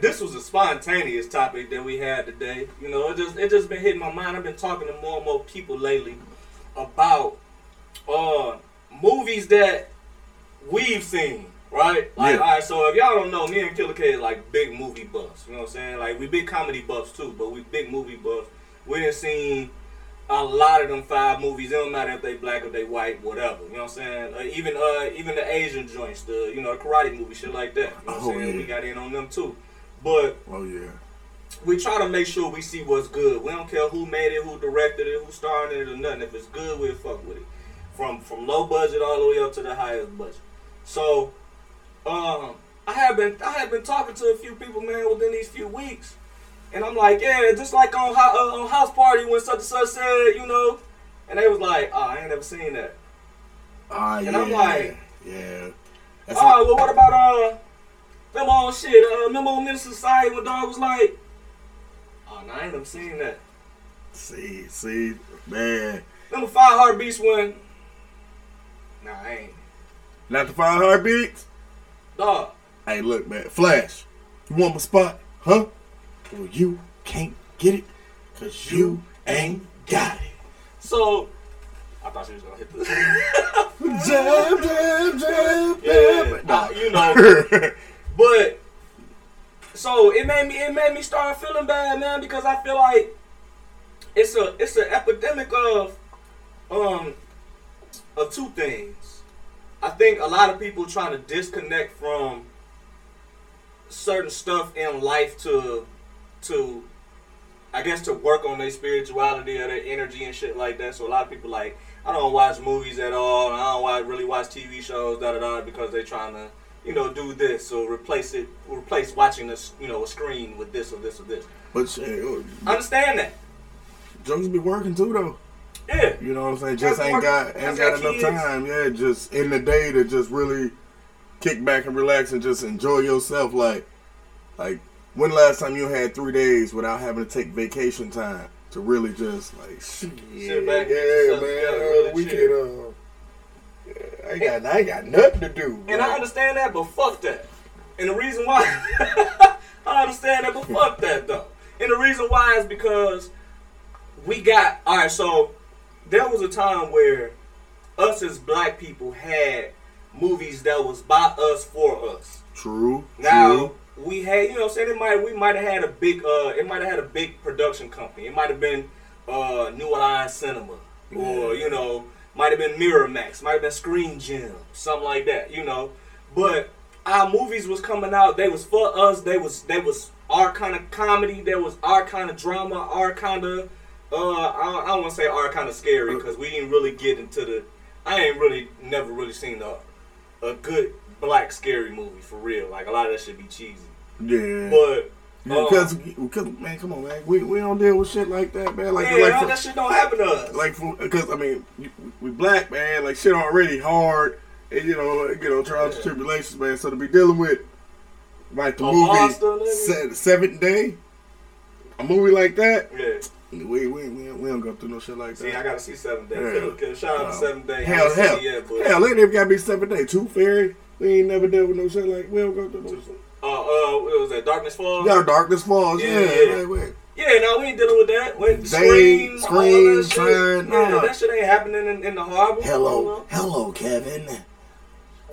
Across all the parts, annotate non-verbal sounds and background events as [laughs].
this was a spontaneous topic that we had today. You know, it just it just been hitting my mind. I've been talking to more and more people lately about uh movies that we've seen, right? Like, Yeah. all right, so if y'all don't know, me and Killer K is like big movie buffs. You know what I'm saying? Like, we big comedy buffs too, but we big movie buffs. We done seen a lot of them five movies. It don't matter if they black or they white, whatever. You know what I'm saying? Uh, even uh, even the Asian joints, the you know the karate movie, shit like that. You know what I'm Oh, saying? yeah. We got in on them too. But Oh yeah. we try to make sure we see what's good. We don't care who made it, who directed it, who starred in it, or nothing. If it's good, we'll fuck with it. From from low budget all the way up to the highest budget. So, um, I have been I have been talking to a few people, man, within these few weeks, and I'm like, yeah, just like on Hou- uh, on house party when such and such said, you know, and they was like, oh, I ain't never seen that. Ah yeah. And I'm like- yeah. That's Oh, well, what about uh, them old shit? Uh, remember on Men's Society when dog was like, oh, no, I ain't never seen that. see, see, man. Number five heartbeats one. Nah, I ain't. Not the five heartbeats. Dog. Hey, look, man. Flash. You want my spot? Huh? Well, you can't get it because you ain't got it. So I thought she was gonna hit the [laughs] Jab, jab, jab, Yeah, jab. nah, you know. But so it made me it made me start feeling bad, man, because I feel like it's a it's an epidemic of um of two things. I think a lot of people trying to disconnect from certain stuff in life to to I guess to work on their spirituality or their energy and shit like that. So a lot of people like I don't watch movies at all. I don't watch, really watch TV shows, da da da, because they trying to you know do this or replace it, replace watching this you know a screen with this or this or this. [laughs] but shit, oh, I understand that. jokes be working too, though. Yeah, You know what I'm saying? Jokes Just be ain't working. got ain't That's got how enough kids- time. Yeah, just in the day to just really kick back and relax and just enjoy yourself. Like, like when last time you had three days without having to take vacation time to really just like shit, Sit back, yeah, sit together, man, uh, really we chill. can. Uh, yeah, I ain't got I ain't got nothing to do. and I bro. understand that, but fuck that. And the reason why [laughs] I understand that, but fuck that though. And the reason why is because we got all right. So there was a time where us as black people had movies that was by us for us. True. Now true. we had, you know, what I'm saying it might we might have had a big, uh, it might have had a big production company. It might have been uh, New Line Cinema, or Yeah. you know, might have been Miramax, might have been Screen Gem, something like that, you know. But our movies was coming out. They was for us. They was they was our kind of comedy. There was our kind of drama. Our kind of uh, I, don't- I don't want to say our kind of scary Uh, because we didn't really get into the. I ain't really never really seen the a good black scary movie for real. Like a lot of that should be cheesy, yeah. but um, Because, because, man, come on, man. We, we don't deal with shit like that, man. Like, yeah, like, all for- that shit don't happen to us. like, because I mean, you- we black, man. Like, shit already hard, and you know, you know, trials and Yeah. tribulations, man. So to be dealing with like the A monster, movie nigga. Se- Seventh Day, a movie like that, yeah. we we we, we don't go through no shit like See, I that. gotta see Seven Day. Yeah. Killer Killer. Shout out to No. Seven Day. I Hell, haven't seen hell, it yet, but- hell, it ain't even gotta be Seventh Day. Tooth Fairy, we ain't never dealt with no shit like we don't go through no shit. Uh, uh, what was that? Darkness Falls. Yeah, Darkness Falls, Yeah, yeah, yeah. like, wait. Yeah, no, we ain't dealing with that. When Zane, scream, all that Scream, shit. Turn, yeah, nah. that shit ain't happening in, in the harbor. Oh, Uh-huh. hello, hello, Kevin.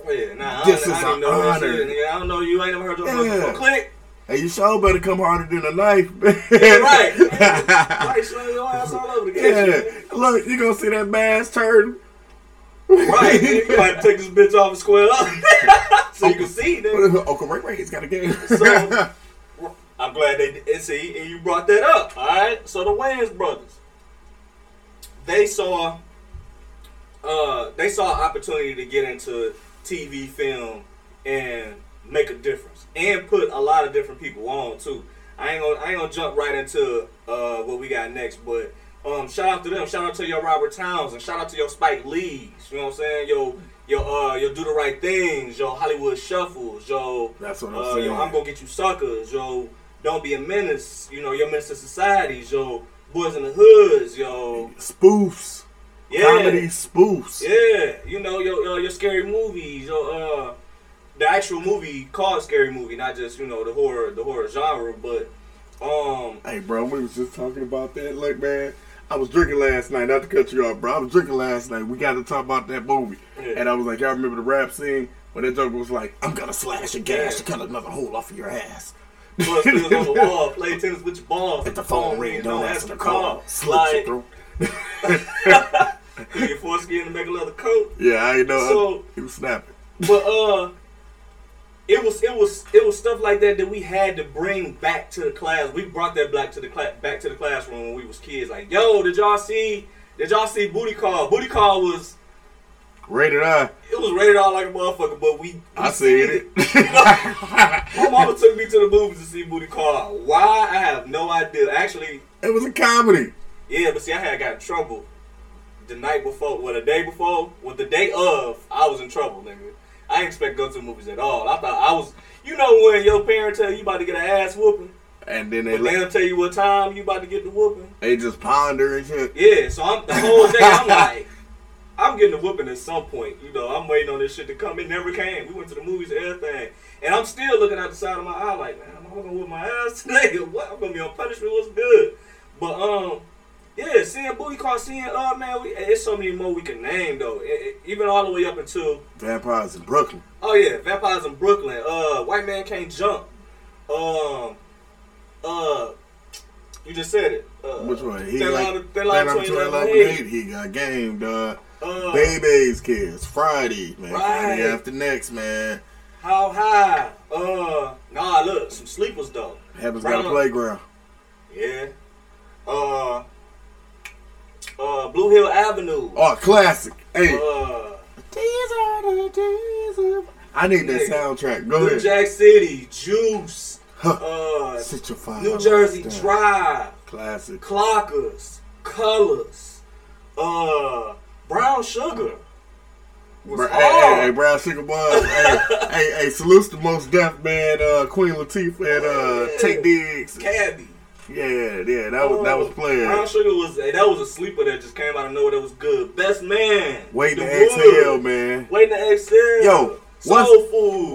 Yeah, nah, I, This don't, I is didn't an know that honor. shit, nigga. I don't know you. I ain't never heard your Yeah. fucking voice. Click. Hey, you sure better come harder than a knife. [laughs] Yeah, right. right, so your ass all over the kitchen. yeah. nigga. Look, you gonna see that mass [laughs] turn. Right, nigga, [laughs] you gotta take this bitch off and square up [laughs] so you can see, nigga. Okay, right, right. It's got a [laughs] game. So I'm glad they did. and see, and you brought that up. All right, so the Wayans brothers, they saw, uh, they saw an opportunity to get into TV, film, and make a difference, and put a lot of different people on too. I ain't gonna, I ain't gonna jump right into uh, what we got next, but. Um, shout out to them. Shout out to your Robert Towns and shout out to your Spike Lees. You know what I'm saying? Your your uh your do the right things. Your Hollywood shuffles. Your That's what I'm uh, saying. Yo, I'm gonna get you suckers. Yo, don't be a menace. You know, your menace to society. Yo, boys in the hoods. Yo, spoofs. yeah, Comedy spoofs. yeah. You know, your your, your scary movies. Your uh, the actual movie called Scary Movie, not just you know the horror the horror genre, but um Hey, bro, we was just talking about that. Look, man, I was drinking last night. Not to cut you off, bro. I was drinking last night. We got to talk about that movie, Yeah. and I was like, y'all remember the rap scene when that joker was like, "I'm gonna slash your gas Yeah. to cut another hole off of your ass." Bust pills on the wall, play tennis with your balls. If the phone ring, don't answer the call. Slit your Like, throat. your foreskin to make a leather coat. Yeah, I ain't know. So- he was snapping. But uh, it was it was it was stuff like that that we had to bring back to the class. We brought that back to the class back to the classroom when we was kids. Like, yo, did y'all see? Did y'all see Booty Call? Booty Call was Rated I. it was rated R like a motherfucker, but we, we I seen seen it. [laughs] My mama took me to the movies to see Booty Call. Why? I have no idea. Actually, it was a comedy. yeah, but see, I had got in trouble the night before, well, the day before, well, the day of, I was in trouble, nigga. I didn't expect to go to the movies at all. I thought I was, you know, when your parent tell you about to get an ass whooping, And then they but they let, don't tell you what time you about to get the whooping. they just ponder and shit. Yeah, so I'm the whole day I'm like, I'm getting a whooping at some point. You know, I'm waiting on this shit to come. It never came. We went to the movies, and everything, and I'm still looking out the side of my eye like, man, am I gonna whoop my ass [laughs] today? or What? I'm gonna be on punishment. What's good? But um, yeah, seeing booty call, seeing uh, man, we, it's so many more we can name though. It- it- even all the way up until Vampires in Brooklyn. oh yeah, vampires in Brooklyn. Uh, white man can't jump. Um, uh, you just said it. Uh, Which one? He Thin like Line- that Thin Line I'm Between trying Love like and Hate. hate. He got game, dog. Uh, Baby's kids. Friday, man. Friday Right. after next, man. How high? Uh, nah, look, some sleepers though. Happens Right got a on. playground. Yeah. Uh, uh, Blue Hill Avenue. Oh, classic. Hey, Uh, these are the days of. I need that Nigga. soundtrack. Go New ahead. Jack City, Juice. Huh. Uh, Sit your fire. New Jersey down. Drive, Classic. Clockers, Colors. Uh, Brown Sugar. Was Bro, hey, hard. hey, hey, Brown Sugar [laughs] Boy. hey, hey, hey, salutes to most deaf man, uh, Queen Latifah and uh, Yeah. Tate Diggs. Cabby. Uh, Yeah, yeah, that was that was Brown playing. Sugar was that was a sleeper that just came out of nowhere. That was good. Best man. Waiting The to Wood. exhale, man. Waiting to exhale. Yo, what's- soul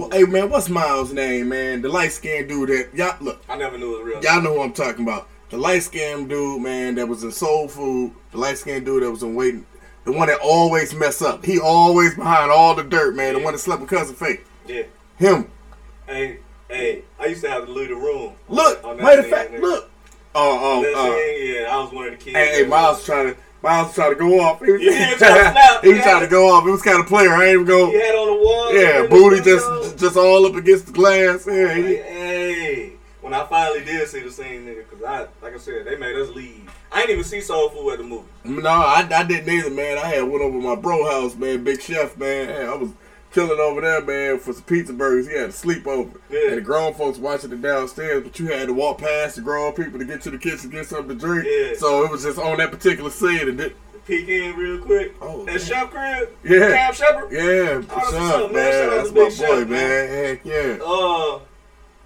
food. Hey man, what's Miles' name, man? The light skinned dude that y'all look, I never knew it was real. y'all know who I'm talking about. The light skinned dude, man, that was in Soul Food. The light skinned dude that was in Waiting. The one that always mess up. He always behind all the dirt, man. The Yeah. one that slept with cousin Faith. Yeah. Him. Hey, hey, I used to have to leave the room. Look, On Oh, that matter of thing, fact, nigga. look. Oh, That oh, uh, thing, yeah, I was one of the kids. Hey, hey, Miles trying to Miles trying to go off. He was, Yeah, [laughs] he was trying to snap. He was trying to go off. It was kind of player. I ain't even He go. had on the wall. Yeah, in the booty window. just just all up against the glass. Yeah, Like, he- hey, when I finally did see the scene, nigga, because I, like I said, they made us leave. I ain't even see Soul Food at the movie. No, I, I didn't either, man. I had went over to my bro house, man. Big Chef, man. Hey, I was chilling over there, man, for some pizza burgers. He had a sleepover, Yeah. and the grown folks watching it downstairs. But you had to walk past the grown people to get to the kitchen, get something to drink. Yeah. So it was just on that particular scene, and it, Peek in real quick. that Oh, man. Chef Crib. Yeah. Cam Shepard. yeah, for what's sure, up, man? Shout out man. to Big That's my Chef, boy, man. man. Heck yeah. Uh,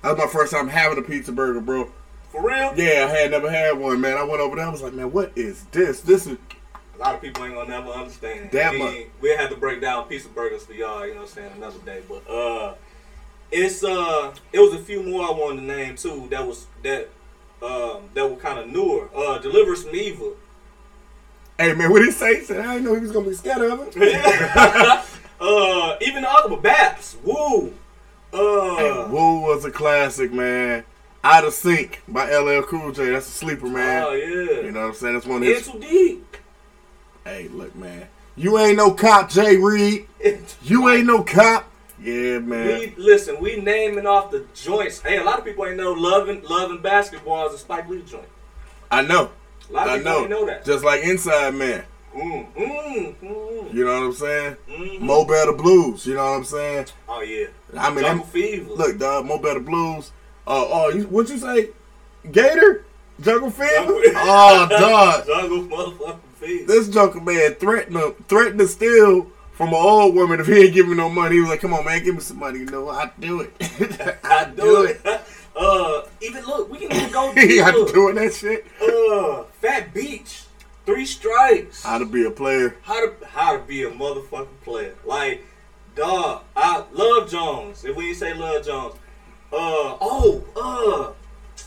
That was my first time having a pizza burger, bro. for real? Yeah, I had never had one, man. I went over there. I was like, man, what is this? This is A lot of people ain't gonna never understand. That we, much. We'll have to break down piece of burgers for y'all, you know what I'm saying, another day. But uh it's uh it was a few more I wanted to name too that was that um that were kinda newer. Uh Deliver Us from Evil. [laughs] Hey man, what he say? He said, I didn't know he was gonna be scared of it. uh even the other but Baps, woo. Uh Hey, Woo was a classic, man. Out of Sync by LL Cool J. That's a sleeper, man. Oh yeah. You know what I'm saying? That's one of It's his. too deep. [laughs] Hey, look, man. You ain't no cop, Jay Reed. You ain't no cop. Yeah, man. We listen, we naming off the joints. Hey, a lot of people ain't know loving loving basketball is a Spike Lee joint. I know. A lot of I people know. ain't know that. Just like Inside Man. Mm, mm, mm, You know what I'm saying? mm. Mo Better Blues. You know what I'm saying? Oh yeah. I mean, Jungle them- Fever. Look, dog, Mo Better Blues. Uh, oh, you, what you say? Gator? Jungle Fever? Jungle- oh, [laughs] dog. Jungle motherfucking Fever. This Joker man threatened him, threatened to steal from an old woman if he ain't give me no money. He was like, come on, man, give me some money. You know what? I do it. [laughs] I do [laughs] it. [laughs] uh, even look, we can even go [laughs] He deep, out look. doing that shit. Uh, Fat Beach, Three Strikes. How to be a player. How to how to be a motherfucking player? Like Dog, I love Jones. If we ain't say love Jones, uh oh, uh,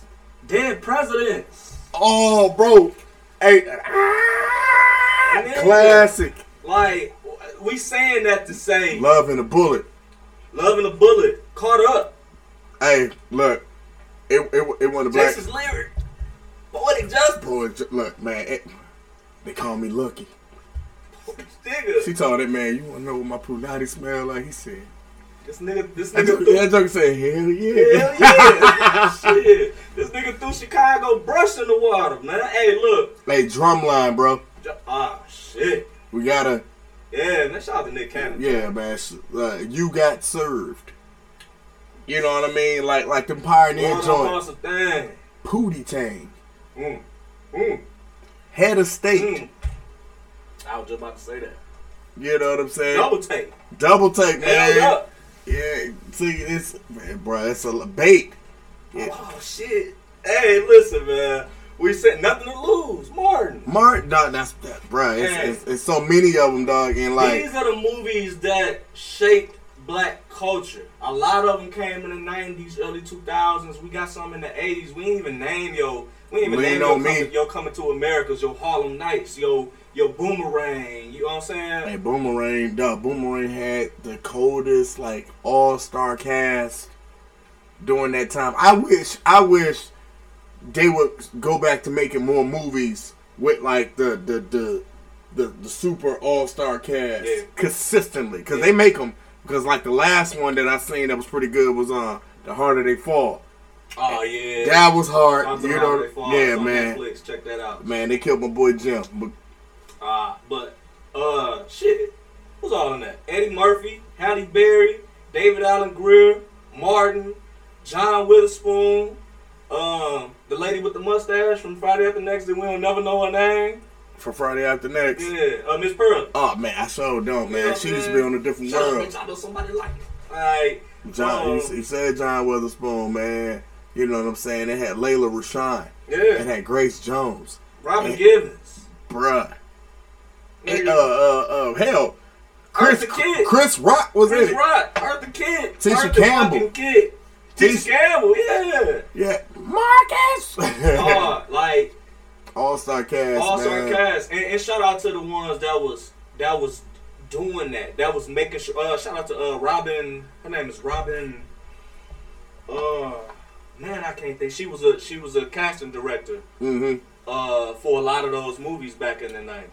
dead presidents. Oh, bro. Hey, And then, classic. Like we saying that to say love, Love and a bullet. loving a bullet, caught up. Hey, look. It it it won the black. Texas lyric, poetic justice, Boy, j- look, man. It, they call me lucky. [laughs] nigga. She told that man, you wanna know what my punani smell like? He said, This nigga, this [laughs] that nigga joke, threw, that joke said, hell yeah. hell yeah, [laughs] shit. This nigga threw Chicago brush in the water, man. Hey, look, Hey, drumline, bro. Jo- ah, shit. We gotta, Yeah, man, shout out to Nick Cannon. yeah, man. s- Uh, you got served. You know what I mean? Like, like them pioneer joint, Awesome thing. Pootie Tang, Mm, mm, head of state. mm. I was just about to say that. You know what I'm saying? Double take. Double take, man. Held up. Yeah, see, it's man, bro, it's a l- bait. Yeah. Oh shit. Hey, listen, man. We said nothing to lose, Martin. Martin, dog, that's that, bro. It's, Yeah. it's, it's so many of them, dog, and like, These are the movies that shaped black culture. A lot of them came in the '90s, early 2000s. We got some in the '80s. We ain't even name yo. We ain't even We name ain't know your coming, me. your coming to America's, your Harlem Nights, your your Boomerang. You know what I'm saying? hey, Boomerang, dog, Boomerang had the coldest like all star cast during that time. I wish, I wish they would go back to making more movies with like the the the the, the super all star cast Yeah. consistently because Yeah. they make them. Because like the last one that I seen that was pretty good was uh the harder they fall. Oh yeah. That was hard. Sons of You Harlem, know, they fall. yeah, It's on man. Netflix. Check that out. Man, they killed my boy Jim. But Uh, but uh, shit, who's all in that? Eddie Murphy, Halle Berry, David Allen Greer, Martin, John Witherspoon, um, the lady with the mustache from Friday After Next that we don't never know her name. for Friday after next, Yeah, uh, Miss Pearl. oh man, I sure don't, man. Yeah, she used to be on a different Shut world. Up, bitch, I know somebody like it. Alright. John, um, he, he said John Witherspoon, man. You know what I'm saying? They had Layla Rashawn. It yeah, had Grace Jones, Robin Yeah. Givens. bruh. It, Nigga, uh, uh, uh, hell, Chris, Arthur Kidd. Chris Rock was Chris in it. Rock, Arthur Kent, Tisha Arthur Campbell. fucking Kidd, Tisha Tisha- Campbell, [laughs] yeah. Yeah, [laughs] Marcus. Uh, like All star cast, all man. star cast, and, and shout out to the ones that was that was doing that, that was making sure. Uh, shout out to uh, Robin. Her name is Robin. Uh, man, I can't think. She was a she was a casting director Mm-hmm. uh for a lot of those movies back in the nineties.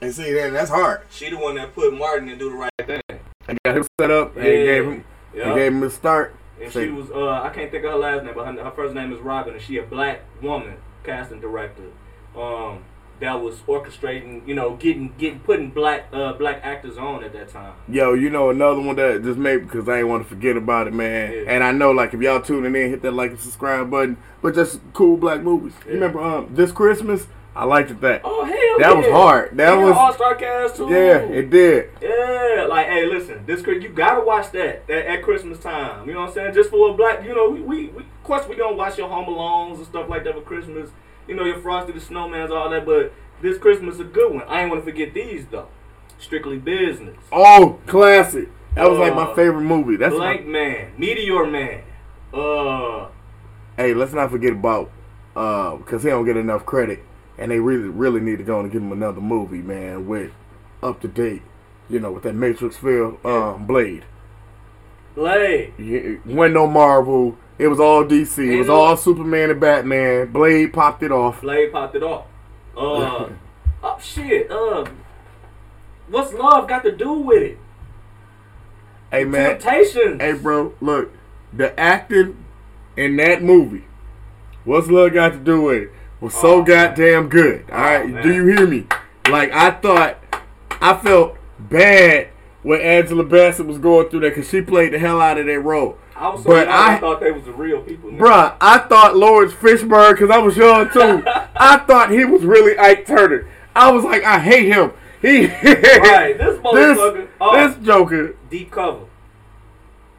And see, then that's hard. She the one that put Martin and do the right thing. I got him set up. And Yeah. gave him, Yeah. and gave him a start. And she was uh I can't think of her last name, but her, her first name is Robin, and she a black woman casting director. Um, that was orchestrating, you know, getting getting putting black uh black actors on at that time. Yo, you know another one that just made because I ain't want to forget about it, man. Yeah. And I know like if y'all tuning in, hit that like and subscribe button. But just cool black movies. You Yeah. remember um this Christmas? I liked it that. Oh hell! That was yeah. hard. That was- all star cast too. Yeah, it did. yeah, like hey, listen, this Chris- you gotta watch that at, at Christmas time. You know what I'm saying? Just for a black, you know, we, we, we of course we gonna watch your Home Alones and stuff like that for Christmas. You know your Frosty the Snowman's all that, but this Christmas a good one. I ain't wanna forget these though. Strictly business. Oh, classic. That was like my Uh, favorite movie. That's my- Blank Man, Meteor Man. Uh, hey, let's not forget about uh because he don't get enough credit, and they really really need to go and give him another movie, man, with up to date, you know, with that Matrix feel, um, Blade. Blade. Yeah, when no Marvel. It was all DC. It was all Superman and Batman. Blade popped it off. Blade popped it off. [laughs] Uh, oh shit. Uh, what's love got to do with it? Hey man, Temptations. hey bro, look, the acting in that movie, what's love got to do with it? Was so Aw, Oh, man. Oh, goddamn good. All right, man. do you hear me? Like I thought, I felt bad when Angela Bassett was going through that because she played the hell out of that role. I was so But young, I, I- thought they was the real people. nigga. Bruh, I thought Lawrence Fishburne, because I was young [laughs] too, I thought he was really Ike Turner. I was like, I hate him. He, [laughs] Right, this motherfucker. this, oh, this Joker. deep cover.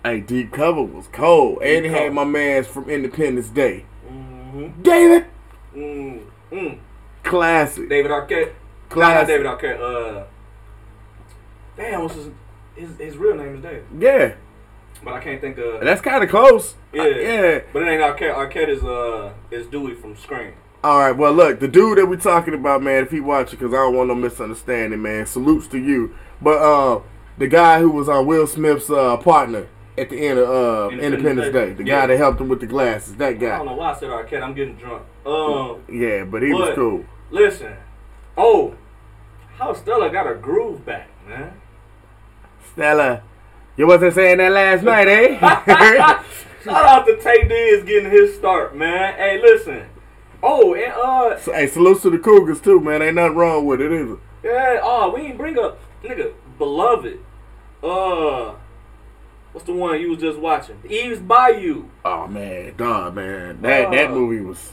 Hey, Deep Cover was cold. and it Cover. had my mans from Independence Day. Mm-hmm. David, mm mm classic. David Arquette. Nah, Not Classic. David Arquette. Uh, damn, what's his? His, his real name is Dave, Yeah, but I can't think of. that's kind of close. Yeah, I- yeah. But it ain't Arquette. Arquette is uh is Dewey from Scream. All right, well, look, the dude that we talking about, man, if he watching, because I don't want no misunderstanding, man. Salutes to you. But uh, the guy who was on Will Smith's uh, partner at the end of uh, Independence, Independence Day, Day. the Yeah. guy that helped him with the glasses, that I don't guy. know why I said Arquette. I'm getting drunk. Um, Yeah, but he was But- cool. listen. Oh, how Stella got her groove back, man. Stella, you wasn't saying [laughs] that last night, eh? [laughs] Shout out to Tay Diggs getting his start, man. Hey, listen. Oh, and uh, So, hey, salutes to the Cougars too, man. Ain't nothing wrong with it either. yeah. Oh, we ain't bring up nigga, beloved. Uh, what's the one you was just watching? Eve's Bayou. Oh man, dog, man, that that Dog. movie was.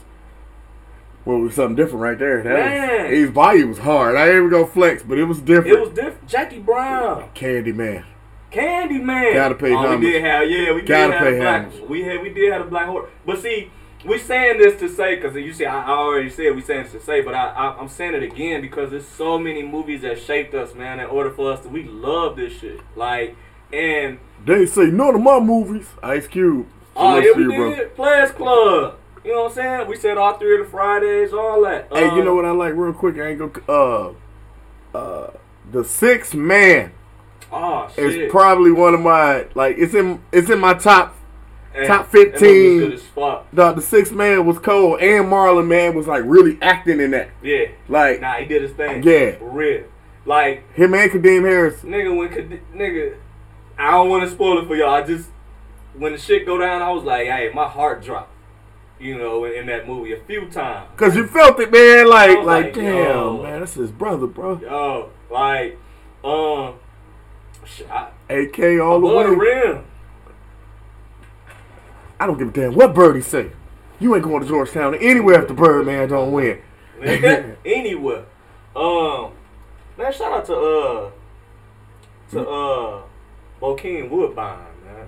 Well, it was something different right there. That Man. was his body was hard. I ain't even gonna flex, but it was different. It was different. Jackie Brown, Candy man. Candyman. Gotta pay oh, homage. We did have yeah, we did Gotta have pay black. homage. We had we did have a black horse, but see. We saying this to say, cause you see, I I already said we saying this to say, but I, I I'm saying it again because there's so many movies that shaped us, man. In order for us to, we love this shit, like, and They say none of my movies. Ice Cube. Oh, Salutes yeah, to we you, bro. did. Players Club. You know what I'm saying? We said all three of the Fridays, all that. Hey, you know what I like real quick? I ain't gonna. Uh, uh, the Sixth Man Oh, is shit. probably one of my like. It's in it's in my top Hey, top that movie's 15. good as fuck. Dog, the sixth man was cold, and Marlon man was like really acting in that. Yeah. Like Nah, he did his thing. Yeah. Real. Like, him and Kadeem Harris. nigga, when, could- nigga, I don't want to spoil it for y'all. I just, when the shit go down, I was like, hey, my heart dropped. You know, in, in that movie a few times. Cause you felt it, man. Like, I was like, like, damn, yo. man, that's his brother, bro. Yo, like, um, shit, I, AK all the above the way. rim. I don't give a damn what Birdie say. You ain't going to Georgetown anywhere if the Birdman don't win. [laughs] Man, anywhere. Um, man, shout out to uh to uh Bokeem Woodbine, man.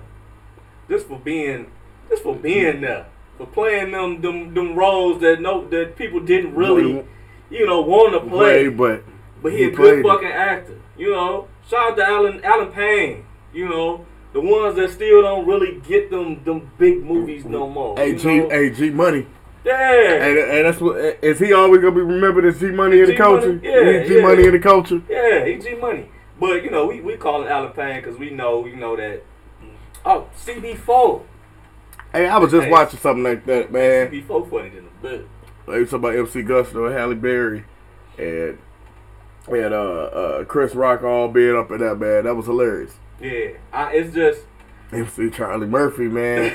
Just for being, just for being there, for playing them them them roles that no that people didn't really, you know, want to Play, play. but But he, he a good played it. fucking actor, you know. Shout out to Alan Alan Payne, you know. The ones that still don't really get them them big movies no more. hey, you G, know? hey, G Money, yeah, and, and that's what eh, is he always gonna be remembered as G Money in the G Money? culture? Yeah, He's G yeah. Money in the culture. Yeah, he G Money. But you know, we, we call it Alan Payne because we know we know that. Oh, CB4, Hey, I was just Hey. watching something like that, man. CB4 funny in the book. They was talking about MC Gusto and Halle Berry and and uh, uh Chris Rock all being up in that man. That was hilarious. Yeah, I, it's just MC Charlie [laughs] Murphy, man.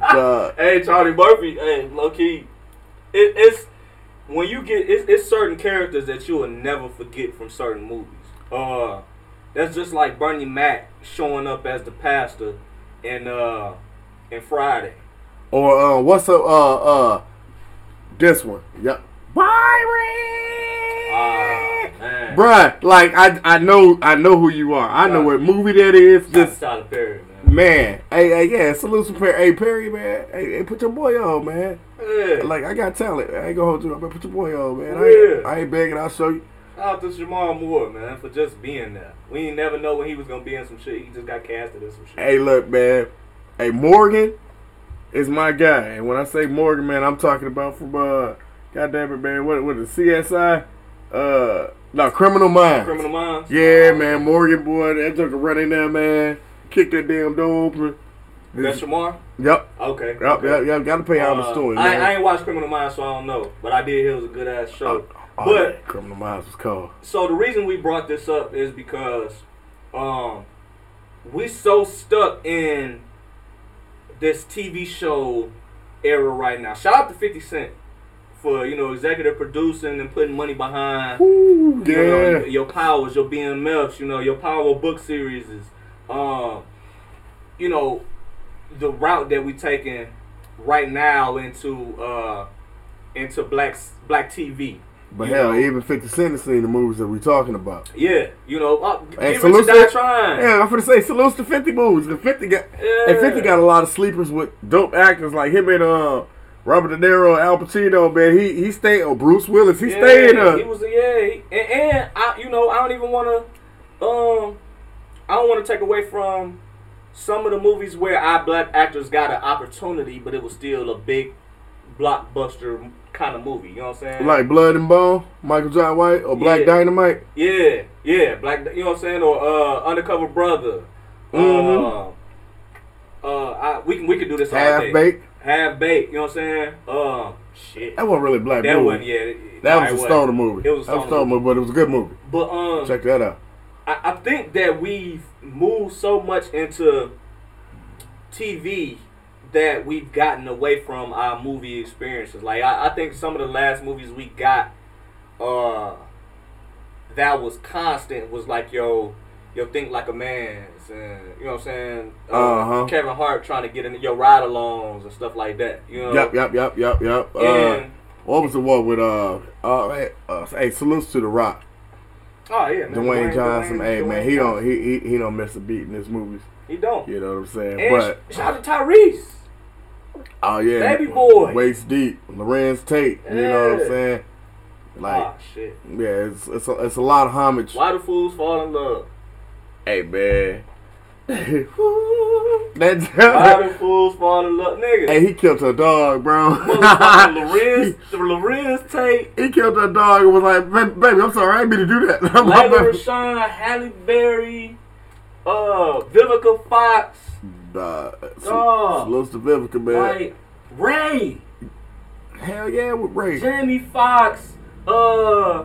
Duh. hey Charlie Murphy, hey low key, it, it's when you get it's, it's certain characters that you will never forget from certain movies. Uh, that's just like Bernie Mac showing up as the pastor in uh in Friday. Or uh, what's up? Uh, uh, this one. Yep. Byron. Ah man, Bruh, like I, I know, I know who you are. I know Nah. what movie that is. Shout out to Just Tyler Perry, man. man, hey, hey, yeah, salute to Perry. Hey, Perry, man, hey, hey, put your boy on, man. Yeah. Like I got talent. I ain't gonna hold you up. Man, put your boy on, man. I ain't, Yeah. I ain't begging. I'll show you. Shout out to Jamal Moore, man, for just being there. We ain't never know when he was gonna be in some shit. He just got casted in some shit. Hey, look, man. Hey, Morgan is my guy. And when I say Morgan, man, I'm talking about from uh, goddamn it, man. What what is it, CSI? Uh, no, Criminal Minds. Criminal Minds. Uh, Yeah, man, Morgan boy, that took a run in there, man. Kicked that damn door open. That's Jamar. Yep, Okay. yep, yep, yep. Got to pay out the Uh, story, I, man. I ain't watched Criminal Minds, so I don't know. But I did hear it was a good ass show. Oh, but man, Criminal Minds was cold. so the reason we brought this up is because um we so stuck in this TV show era right now. Shout out to 50 Cent for, you know, executive producing and putting money behind Ooh, You know, yeah. your, your powers, your BMFs, you know, your power book series is, um, you know, the route that we taking right now into uh into black s- black TV. But you hell, know. even 50 Cent has seen the movies that we talking about. Yeah, you know, uh, Hey, get rich or die salute- trying. Yeah, I'm gonna say salutes to 50 movies. The 50 got, and 50 Yeah. got a lot of sleepers with dope actors like him and uh, Robert De Niro, Al Pacino. Man, he he stayed. Oh, Bruce Willis, he Yeah, stayed. Uh, He was yeah, he, and, and I, you know, I don't even want to, um, I don't want to take away from some of the movies where our black actors got an opportunity, but it was still a big blockbuster kind of movie. You know what I'm saying? Like Blood and Bone, Michael John White, or Black Yeah. Dynamite. yeah, yeah, black. You know what I'm saying? Or uh, Undercover Brother. Mhm. Uh, uh, I, we can we can do this all Half day. Baked. Half baked. You know what I'm saying? Um, shit. That wasn't really a black That movie. one, yeah. it- That no, was it a wasn't. Stoner movie. It was a that was Stoner a Stoner movie, but it was a good movie. But um, Check that out. I, I think that we've moved so much into TV that we've gotten away from our movie experiences. Like I, I think some of the last movies we got uh that was constant was like yo yo think like a man's and you know what I'm saying? Uh, Uh-huh. Kevin Hart trying to get in your ride alongs and stuff like that. You know Yep, yep, yep, yep, yep. Uh, Uh, and, what was the one with uh, uh, hey, uh, hey, salutes to the Rock, oh yeah, man, Dwayne Johnson. Dwayne- hey man, Dwayne he Johnson. don't he, he he don't miss a beat in his movies. he don't. You know what I'm saying? And but sh- shout out to Tyrese. oh yeah, Baby Boy. waist deep, Lorenz Tate. You know what Yeah. I'm saying? Like oh shit. yeah, it's it's a, it's a lot of homage. Why do fools fall in love? Hey man, [laughs] that's Why do fools fall in love? Nigga. hey he killed a dog, bro. Motherfucker, Lorenz, [laughs] Lorenz Tate, He killed that dog and was like, "Ba- baby, I'm sorry, I didn't mean to do that. [laughs] My Layla bad. Rashawn, Halle Berry, uh, Vivica Fox, Nah, s- Dog. salutes to Vivica, man. Ah. like Ray, Hell yeah, with Ray. Jamie Fox, uh,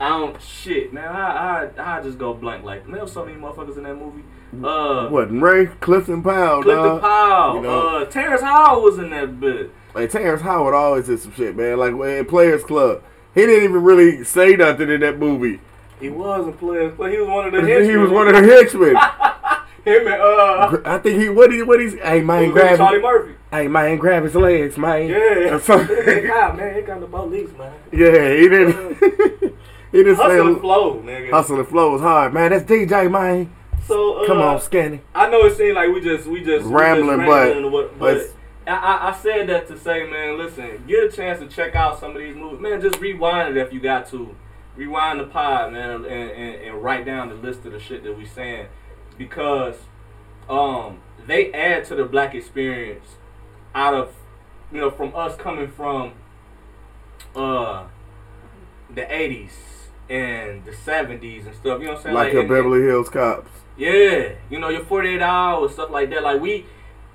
I don't shit, man. I I, I just go blank. Like man, there was so many motherfuckers in that movie. Uh, What, Ray? Clifton Powell, Clifton dog. Powell, you know. uh, Terrence Howard was in that bitch. Like, Terrence Howard always did some shit, man. Like, in Players Club. He didn't even really say nothing in that movie. He was a player, but he was one of the. But [laughs] he was henchmen. one of [laughs] the henchmen. Him and uh, I think he, what he, what he's, hey, man, grab Charlie his, Murphy. hey, man, grab his legs, man. Yeah. [laughs] Or something. God, man, it got the police, man. yeah, he didn't, [laughs] he didn't say, Hustle and flow, nigga. hustle and flow was hard, man. That's DJ, man. So uh, Come on, Skinny. I know it seemed like we just we just Rambling, we just but- rambling what- but- I, I I said that to say, man, listen, get a chance to check out some of these movies, man. Just rewind it if you got to, rewind the pod, man, and, and, and write down the list of the shit that we saying because um they add to the black experience out of you know from us coming from uh the 80s and the 70s and stuff you know what i'm saying Like your and- Beverly Hills Cops. yeah, you know your forty eight hours stuff like that. Like we,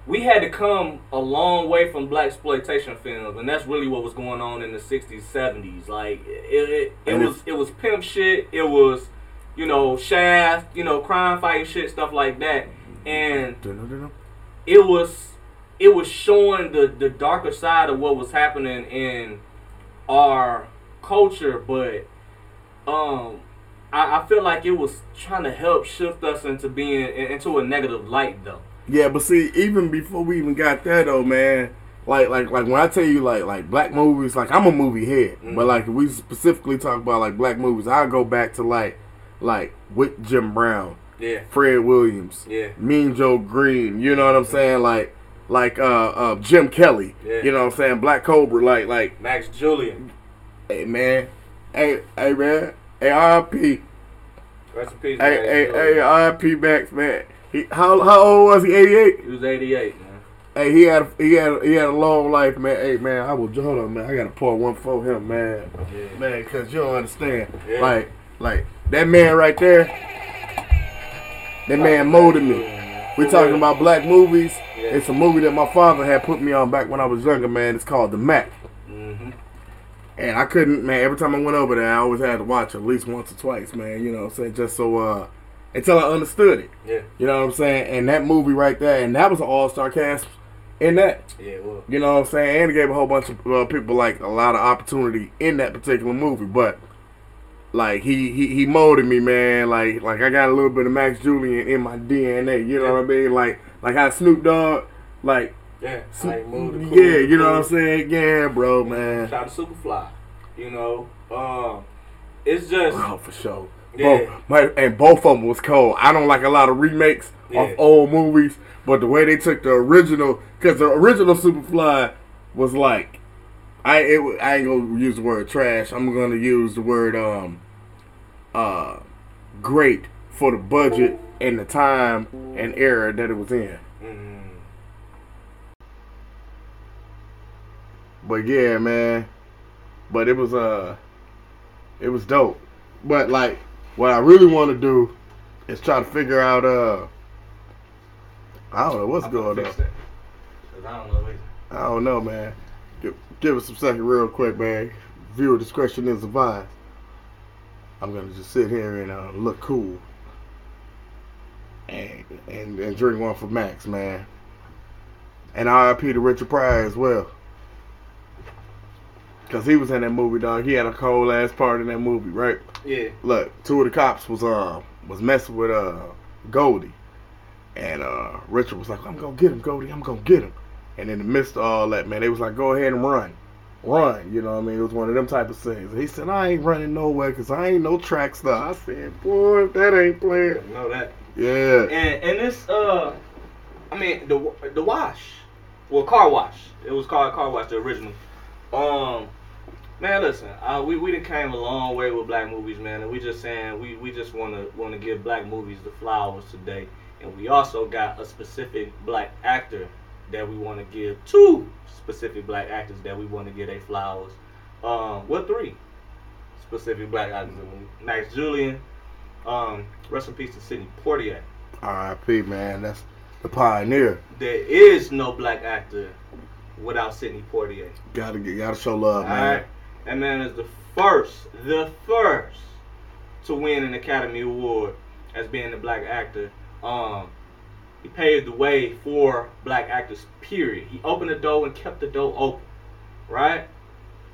we had to come a long way from black exploitation films, and that's really what was going on in the sixties, seventies. Like it, it, it And was, it was pimp shit. It was, you know, Shaft, you know, crime fighting shit, stuff like that, and Dun-dun-dun-dun. it was it was showing the the darker side of what was happening in our culture but um I, I feel like it was trying to help shift us into being in- into a negative light though Yeah, but see, even before we even got there though, man, like like like when I tell you like like black movies, like I'm a movie head, Mhm. but like if we specifically talk about like black movies, I go back to like like with Jim Brown, yeah Fred Williams, yeah Mean Joe Green, you know what I'm saying? Like like uh, uh Jim Kelly, Yeah. you know what I'm saying? Black Cobra, like like max julian hey man, hey hey man, hey R.I.P. rest in peace Hey Max hey Julian. hey uh, R.I.P. Max man. He, how how old was he? 88. he was 88 man Hey, he had he had he had a long life, man. Hey, man, I will hold on, man. I gotta pour one for him, man, yeah man, cause you don't understand. Yeah. Like, like that man right there, that man molded me. We talking about black movies. Yeah. It's a movie that my father had put me on back when I was younger, man. It's called The Mac, hmm and I couldn't, man. Every time I went over there, I always had to watch at least once or twice, man. You know, what I'm saying just so uh, until I understood it. yeah You know what I'm saying? And that movie right there, and that was an all star cast in that. yeah well You know what I'm saying? And it gave a whole bunch of uh, people like a lot of opportunity in that particular movie, but like he, he he molded me, man. Like like I got a little bit of Max Julian in my DNA. You know what I mean? Like like how Snoop Dogg, like yeah Snoop- Like, move the cool- yeah, you know what cool. I'm saying? Yeah, bro, man. shout out to superfly you know um it's just Oh, for sure. Yeah. Both, my, and both of them was cold. I don't like a lot of remakes Yeah. of old movies, but the way they took the original, because the original Superfly was like, I it, wa- I ain't gonna use the word trash. I'm gonna use the word um, uh, great for the budget and the time and era that it was in. Mm. But yeah, man. But it was uh it was dope. But like what I really want to do is try to figure out uh I don't know what's I'm gonna going on. fix that. 'Cause I don't know either. I don't know, man. Give, give us some second real quick, man. Viewer discretion is advised. I'm gonna just sit here and uh, look cool. And, and and drink one for Max, man. And RIP to Richard Pryor as well. Cause he was in that movie, dog. He had a cold ass part in that movie, right? Yeah. look, two of the cops was um was messing with uh Goldie, and uh Richard was like, "I'm gonna get him, Goldie. I'm gonna get him." And in the midst of all that, man, they was like, "Go ahead and run, run." You know what I mean? It was one of them type of things. And he said, "I ain't running nowhere, cause I ain't no track star." I said, "Boy, if that ain't playing." You know that. Yeah, And and this uh, I mean the the wash, well car wash. It was called car wash the original. Um, man, listen, uh, we we done came a long way with black movies, man, and we just saying we we just wanna wanna give black movies the flowers today, and we also got a specific black actor that we wanna give two specific black actors that we wanna give their flowers. Um, what three? Specific black actors, Max Julian. Um, rest in peace to Sidney Portier R.I.P. Man, that's the pioneer. there is no black actor without Sidney Poitier. Gotta get, gotta show love, All Oh, man. right, that man is the first, the first to win an Academy Award as being the black actor. Um, he paved the way for black actors. Period. He opened the door and kept the door open. Right.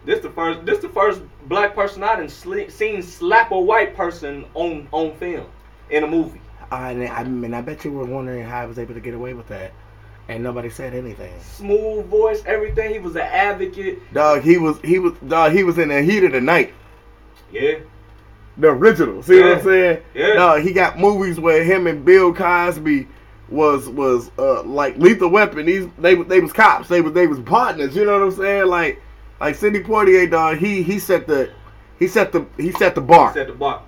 This the first. This the first black person I done sli- seen slap a white person on on film in a movie. I, I mean, I bet you were wondering how I was able to get away with that, and nobody said anything. Smooth voice, everything. He was an advocate. Dog, he was he was dog he was in the heat of the night. Yeah. the original. See what Yeah. I'm saying? Yeah. No, he got movies where him and Bill Cosby was was uh like Lethal Weapon. These they they was cops. They was they was partners. You know what I'm saying? Like like Sidney Poitier, dog. He he set the he set the he set the bar, Set the bar.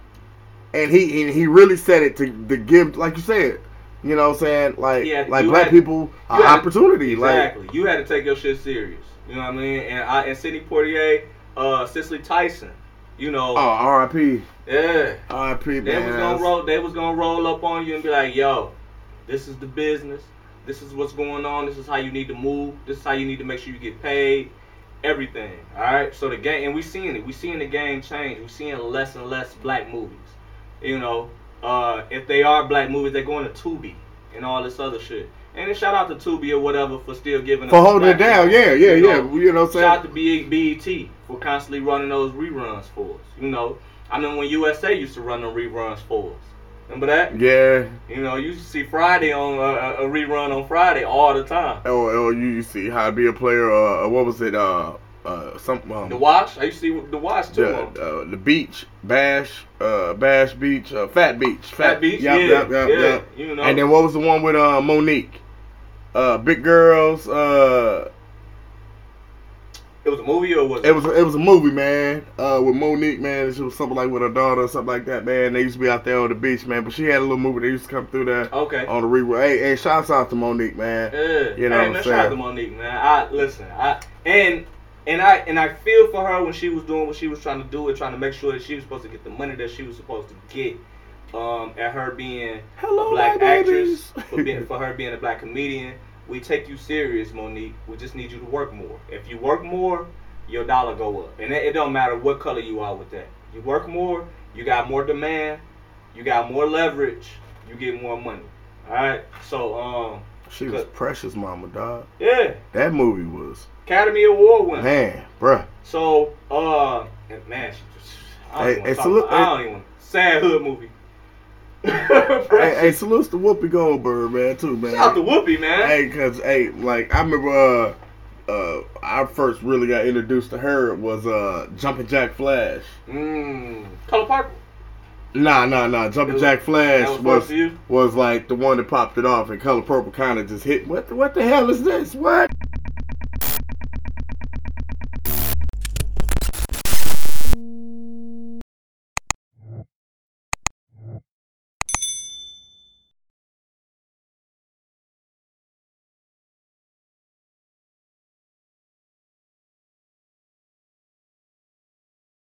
and he and he really set it to to give like you said. You know what I'm saying? Like Yeah, like you black had- people an you had- opportunity. Like Exactly. you had to take your shit serious. You know what I mean? And I and Sidney Poitier, uh, Cicely Tyson. You know, oh R.I.P. yeah. R.I.P. They was Man, gonna roll. They was gonna roll up on you and be like, "Yo, this is the business. This is what's going on. This is how you need to move. This is how you need to make sure you get paid. Everything. All right. So the game, and we seeing it. We seeing the game change. We seeing less and less black movies. You know, uh, if they are black movies, they're going to Tubi and all this other shit. And then shout out to Tubi or whatever for still giving for us holding it black down. people. Yeah, yeah, You yeah. know, You know what I'm saying? Shout out to B- BET for constantly running those reruns for us. You know, I mean when USA used to run the reruns for us. Remember that? yeah. You know, you used to see Friday on uh, a rerun on Friday all the time. Oh, oh, you, you see how to be a player. Uh, what was it? Uh, uh, some um, The Watch, I used to see The Watch too. the, on- uh, the beach, bash, uh, bash beach, uh, fat beach, Fat Beach, Yup, yeah, yup, yup, yeah, yup. you know. And then what was the one with uh, Monique? Uh, big girls. Uh, it was a movie or was it? it was it was a movie, man. Uh, with Monique, man. She was something like with her daughter or something like that, man. They used to be out there on the beach, man. But she had a little movie. They used to come through there okay. on the rerun. Hey, hey, shouts out to Monique, man. Yeah. You know hey, what man, I'm shout out to saying? Monique, man. I listen, I and and I and I feel for her when she was doing what she was trying to do and trying to make sure that she was supposed to get the money that she was supposed to get. Um, at her being Hello, a black my actress, babies. for [laughs] being for her being a black comedian, we take you serious, Monique. We just need you to work more. If you work more, your dollar go up, and it, it don't matter what color you are with that. You work more, you got more demand, you got more leverage, you get more money. All right, so um, She was precious, mama, dog. yeah. That movie was Academy Award winner. man, bruh. So, uh, and man, she just, I Hey, don't, even wanna it's talk a little- about- I don't even want to. Sad hood movie. [laughs] hey, hey, salutes to Whoopi Goldberg, man, too, man. Shout out to Whoopi, man. Hey, cause hey, like I remember, uh, uh, I first really got introduced to her was uh, Jumpin' Jack Flash. Mm, Color Purple. Nah, nah, nah. Jumpin' Jack Flash That was was first for you? was like the one that popped it off, and Color Purple kind of just hit. What the, what the hell is this? What?